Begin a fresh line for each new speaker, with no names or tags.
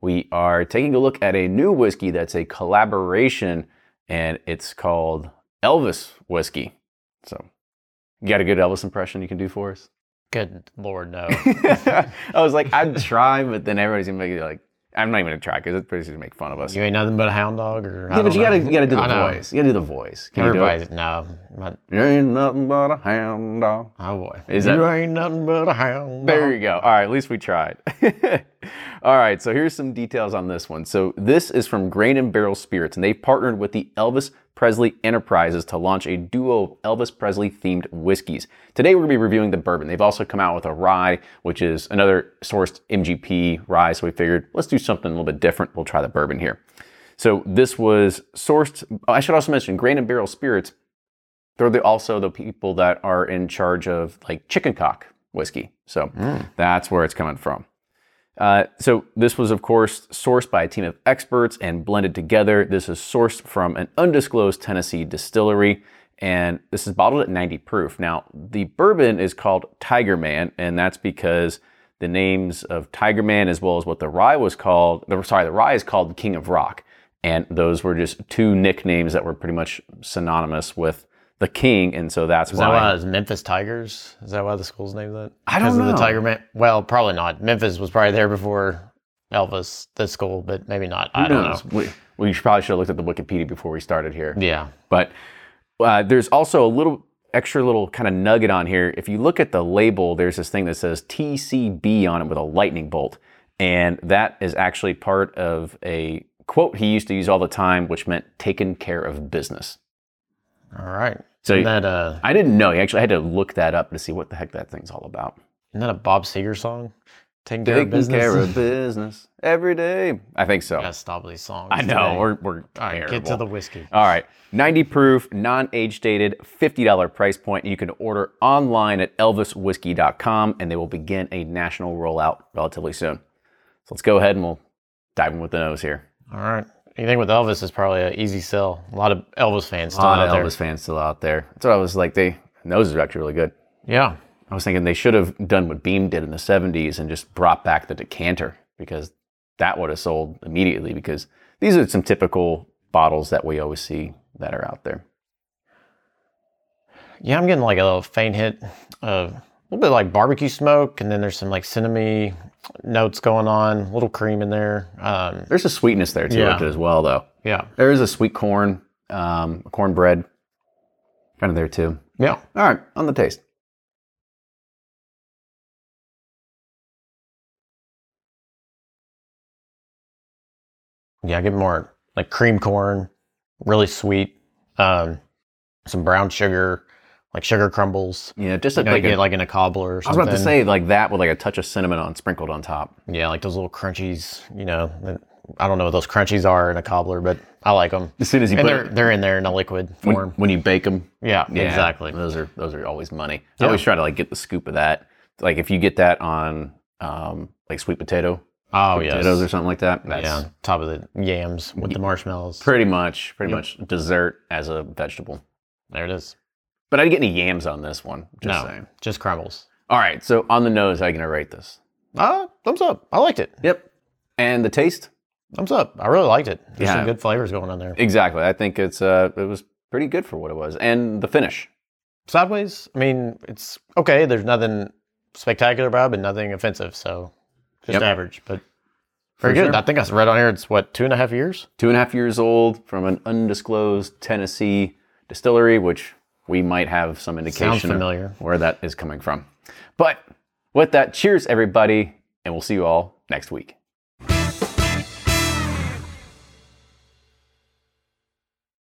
we are taking a look at a new whiskey that's a collaboration and it's called Elvis Whiskey. So, you got a good Elvis impression you can do for us?
Good lord, no.
I was like, I'd try, but then everybody's gonna make it like, I'm not even gonna try because it's pretty easy to make fun of us.
you ain't nothing but a hound dog, or I
yeah, but
don't
you gotta,
know.
you gotta do
I know.
the voice. You gotta do the voice. Can
Everybody's no.
you
My,
do it? You ain't nothing but a hound dog.
oh boy,
Is
you
that-
ain't nothing but a hound
There
dog.
you go. All right, at least we tried. All right, so here's some details on this one. So this is from Grain and Barrel Spirits, and they've partnered with the Elvis Presley Enterprises to launch a duo of Elvis Presley themed whiskeys. Today we're going to be reviewing the bourbon. They've also come out with a rye, which is another sourced MGP rye. So we figured let's do something a little bit different. We'll try the bourbon here. So this was sourced. oh, I should also mention Grain and Barrel Spirits. They're the, also the people that are in charge of like chicken cock whiskey. So that's where it's coming from. Uh, so this was, of course, sourced by a team of experts and blended together. This is sourced from an undisclosed Tennessee distillery, and this is bottled at 90 proof. Now, the bourbon is called Tiger Man, and that's because the names of Tiger Man, as well as what the rye was called, the, sorry, the rye is called King of Rock, and those were just two nicknames that were pretty much synonymous with the king, and so that's
Is
why.
that why it's Memphis Tigers? Is that why the school's named that?
I don't
Because Of
know.
the Tiger Man? Well, probably not. Memphis was probably there before Elvis, the school, but maybe not. I don't know.
We, we should- probably should have looked at the Wikipedia before we started here.
Yeah.
But uh, there's also a little extra little kind of nugget on here. If you look at the label, there's this thing that says TCB on it with a lightning bolt. And that is actually part of a quote he used to use all the time, which meant taken care of business.
All right.
So
Isn't that uh,
I didn't know. He actually had to look that up to see what the heck that thing's all about.
isn't that a Bob Seger song? Taking care of business.
business every day. I think so.
Gotta stop these songs.
I know.
today.
We're, we're
All right, get to
terrible.
the whiskey.
All right, 90 proof, non age dated, $50 price point. You can order online at elviswhiskey.com and they will begin a national rollout relatively soon. So let's go ahead and we'll dive in with the nose here.
All right. Anything with Elvis is probably an easy sell. A lot of Elvis fans
A
still
lot
out
of
there.
Elvis fans still out there. That's what I was like. They nose is actually really good.
Yeah.
I was thinking they should have done what Beam did in the 70s and just brought back the decanter because that would have sold immediately because these are some typical bottles that we always see that are out there.
Yeah, I'm getting like a little faint hit of a little bit like barbecue smoke, and then there's some like cinnamon notes going on, a little cream in there. Um,
There's a sweetness there too
Yeah.
with it as well though.
yeah.
There is a sweet corn, um, cornbread, kind of there too.
Yeah.
All right, on the taste.
Yeah, I get more like cream corn, really sweet, um, some brown sugar, like sugar crumbles.
Yeah, just
You know,
like,
you
a-
get like in a cobbler or
I was
something.
about to say like that with like a touch of cinnamon on sprinkled on top.
Yeah, like those little crunchies, you know. that- I don't know what those crunchies are in a cobbler, but I like them.
As soon as you
And
put
they're,
it,
they're in there in a liquid
when,
form.
when you bake them,
Yeah, exactly.
Those are those are always money. I
Yeah.
always try to like get the scoop of that. Like if you get that on um, like sweet potato,
Oh, yes.
potatoes or something like that. That's
yeah, top of the yams with the marshmallows.
pretty much pretty
Yep.
much dessert as a vegetable.
There it is.
But I didn't get any yams on this one. Just
no,
saying.
just crumbles.
All right, so on the nose, how you gonna rate this?
Ah,
Uh,
thumbs up. I liked it.
Yep. And the taste?
Thumbs up. I really liked it. There's
Yeah.
some good flavors going on there.
Exactly. I think it's uh it was pretty good for what it was. And the finish.
Sideways. I mean, it's okay. There's nothing spectacular about it, but nothing offensive. So just
Yep.
average. But
For
Very good.
sure.
I think I read on here it's what two and a half years.
Two and a half years old from an undisclosed Tennessee distillery, which we might have some
Sounds
indication of
familiar.
where that is coming from. But with that, cheers, everybody, and we'll see you all next week.